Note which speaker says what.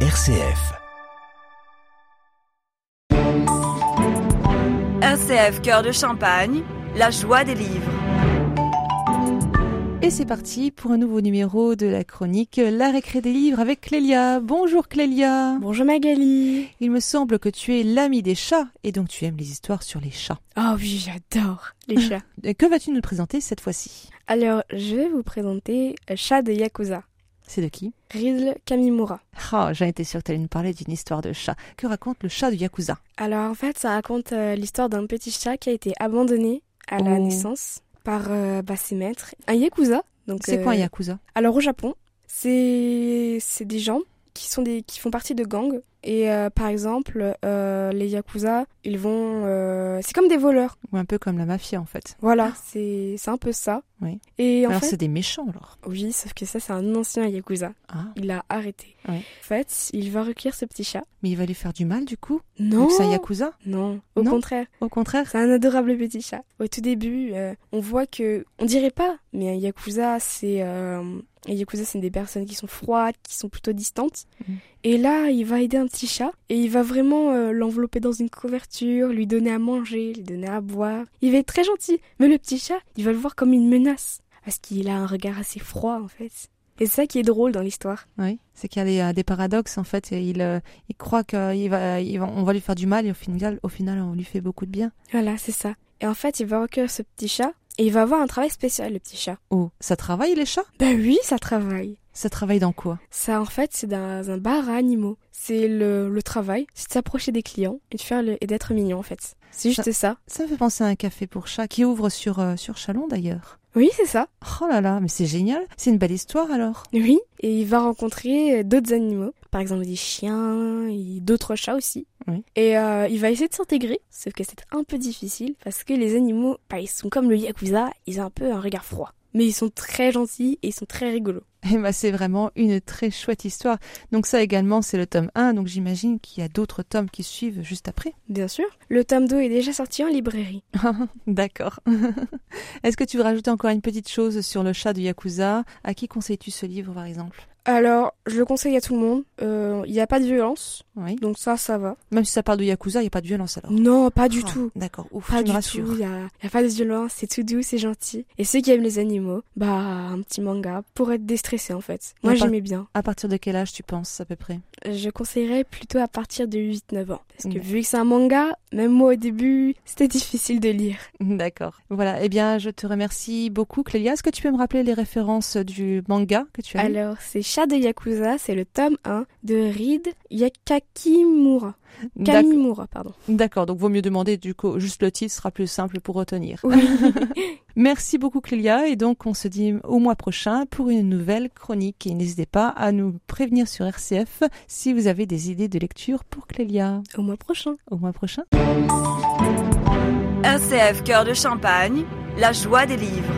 Speaker 1: RCF.
Speaker 2: RCF Cœur de Champagne, la joie des livres.
Speaker 3: Et c'est parti pour un nouveau numéro de la chronique La récré des livres avec Clélia. Bonjour Clélia.
Speaker 4: Bonjour Magali.
Speaker 3: Il me semble que tu es l'ami des chats et donc tu aimes les histoires sur les chats.
Speaker 4: Oh oui, j'adore les chats.
Speaker 3: Et que vas-tu nous présenter cette fois-ci
Speaker 4: Alors, je vais vous présenter Chat de Yakuza,
Speaker 3: C'est de qui
Speaker 4: Riddle Kamimura.
Speaker 3: Ah, j'ai été sûre que tu allais nous parler d'une histoire de chat. Que raconte le chat du Yakuza
Speaker 4: Alors en fait, ça raconte euh, l'histoire d'un petit chat qui a été abandonné à la
Speaker 3: Oh.
Speaker 4: naissance par euh, bah, ses maîtres. Un Yakuza. donc,
Speaker 3: C'est quoi un
Speaker 4: euh,
Speaker 3: Yakuza
Speaker 4: Alors au Japon, c'est c'est des gens qui sont des qui font partie de gangs et euh, par exemple euh, les yakuza, ils vont euh, c'est comme des voleurs.
Speaker 3: Ou un peu comme la mafia en fait.
Speaker 4: Voilà, c'est c'est un peu ça.
Speaker 3: Ah. Oui.
Speaker 4: Et en
Speaker 3: alors c'est
Speaker 4: fait,
Speaker 3: des méchants alors.
Speaker 4: oui, sauf que ça c'est un ancien yakuza.
Speaker 3: Ah,
Speaker 4: Il l'a arrêté.
Speaker 3: Ouais.
Speaker 4: En fait, il va recueillir ce petit chat.
Speaker 3: mais il va lui faire du mal du coup
Speaker 4: Non,
Speaker 3: Vu que c'est un Yakuza
Speaker 4: non, au
Speaker 3: Non.
Speaker 4: contraire,
Speaker 3: Au contraire
Speaker 4: c'est un adorable petit chat. Au tout début, euh, on voit que, on dirait pas, mais un yakuza, c'est euh, un yakuza, c'est des personnes qui sont froides, qui sont plutôt distantes.
Speaker 3: Mhm.
Speaker 4: Et là, il va aider un petit chat et il va vraiment euh, l'envelopper dans une couverture, lui donner à manger, lui donner à boire. Il va être très gentil, mais le petit chat, il va le voir comme une menace parce qu'il a un regard assez froid en fait. Et c'est ça qui est drôle dans l'histoire.
Speaker 3: Oui, c'est qu'il y a des, euh, des paradoxes en fait. Et il, euh, il croit qu'on va, il va, on va lui faire du mal et au final, au final, on lui fait beaucoup de bien.
Speaker 4: Voilà, c'est ça. Et en fait, il va recueillir ce petit chat et il va avoir un travail spécial, le petit chat.
Speaker 3: Oh, ça travaille les chats
Speaker 4: Bah oui, ça travaille.
Speaker 3: Ça travaille dans quoi
Speaker 4: Ça, en fait, c'est dans un bar à animaux. C'est le, le travail, c'est de s'approcher des clients et de faire le, et d'être mignon, en fait. C'est juste ça.
Speaker 3: Ça me fait penser à un café pour chats qui ouvre sur, euh, sur Chalon d'ailleurs.
Speaker 4: Oui, c'est ça.
Speaker 3: Oh là là, mais c'est génial C'est une belle histoire alors
Speaker 4: Oui. Et il va rencontrer d'autres animaux. Par exemple, des chiens et d'autres chats aussi.
Speaker 3: Oui.
Speaker 4: Et euh, il va essayer de s'intégrer, sauf que c'est un peu difficile parce que les animaux, bah, ils sont comme le Yakuza, ils ont un peu un regard froid. Mais ils sont très gentils et ils sont très rigolos.
Speaker 3: Eh ben, c'est vraiment une très chouette histoire. Donc ça également, c'est le tome 1, donc j'imagine qu'il y a d'autres tomes qui suivent juste après.
Speaker 4: Bien sûr. Le tome 2 est déjà sorti en librairie.
Speaker 3: D'accord. Est-ce que tu veux rajouter encore une petite chose sur le chat de Yakuza À qui conseilles-tu ce livre par exemple
Speaker 4: Alors, je le conseille à tout le monde. Euh, Il n'y a pas de violence,
Speaker 3: Oui.
Speaker 4: donc ça, ça va.
Speaker 3: Même si ça parle de Yakuza, il n'y a pas de violence alors
Speaker 4: Non, pas du
Speaker 3: Ah,
Speaker 4: tout.
Speaker 3: D'accord, ouf,
Speaker 4: Pas
Speaker 3: tu
Speaker 4: du
Speaker 3: me rassures.
Speaker 4: tout. Il n'y a, y a pas de violence, c'est tout doux, c'est gentil. Et ceux qui aiment les animaux, bah, un petit manga pour être déstressé en fait.
Speaker 3: On
Speaker 4: Moi,
Speaker 3: parle-
Speaker 4: j'aimais bien.
Speaker 3: À partir de quel âge tu penses à peu près
Speaker 4: Je conseillerais plutôt à partir de 8-9 ans. Parce que
Speaker 3: Ouais.
Speaker 4: vu que c'est un manga, même moi au début, c'était difficile de lire.
Speaker 3: D'accord. Voilà, eh bien je te remercie beaucoup Clélia. Est-ce que tu peux me rappeler les références du manga que tu as lu
Speaker 4: Alors, c'est Chat de Yakuza, c'est le tome 1 de Reed Yakakimura.
Speaker 3: D'ac-
Speaker 4: Kamimura, pardon.
Speaker 3: D'accord, donc vaut mieux demander du coup juste le titre, ce sera plus simple pour retenir.
Speaker 4: Oui.
Speaker 3: Merci beaucoup Clélia et donc on se dit au mois prochain pour une nouvelle chronique et n'hésitez pas à nous prévenir sur RCF si vous avez des idées de lecture pour Clélia.
Speaker 4: Au mois prochain.
Speaker 3: Au mois prochain.
Speaker 2: RCF Cœur de Champagne, la joie des livres.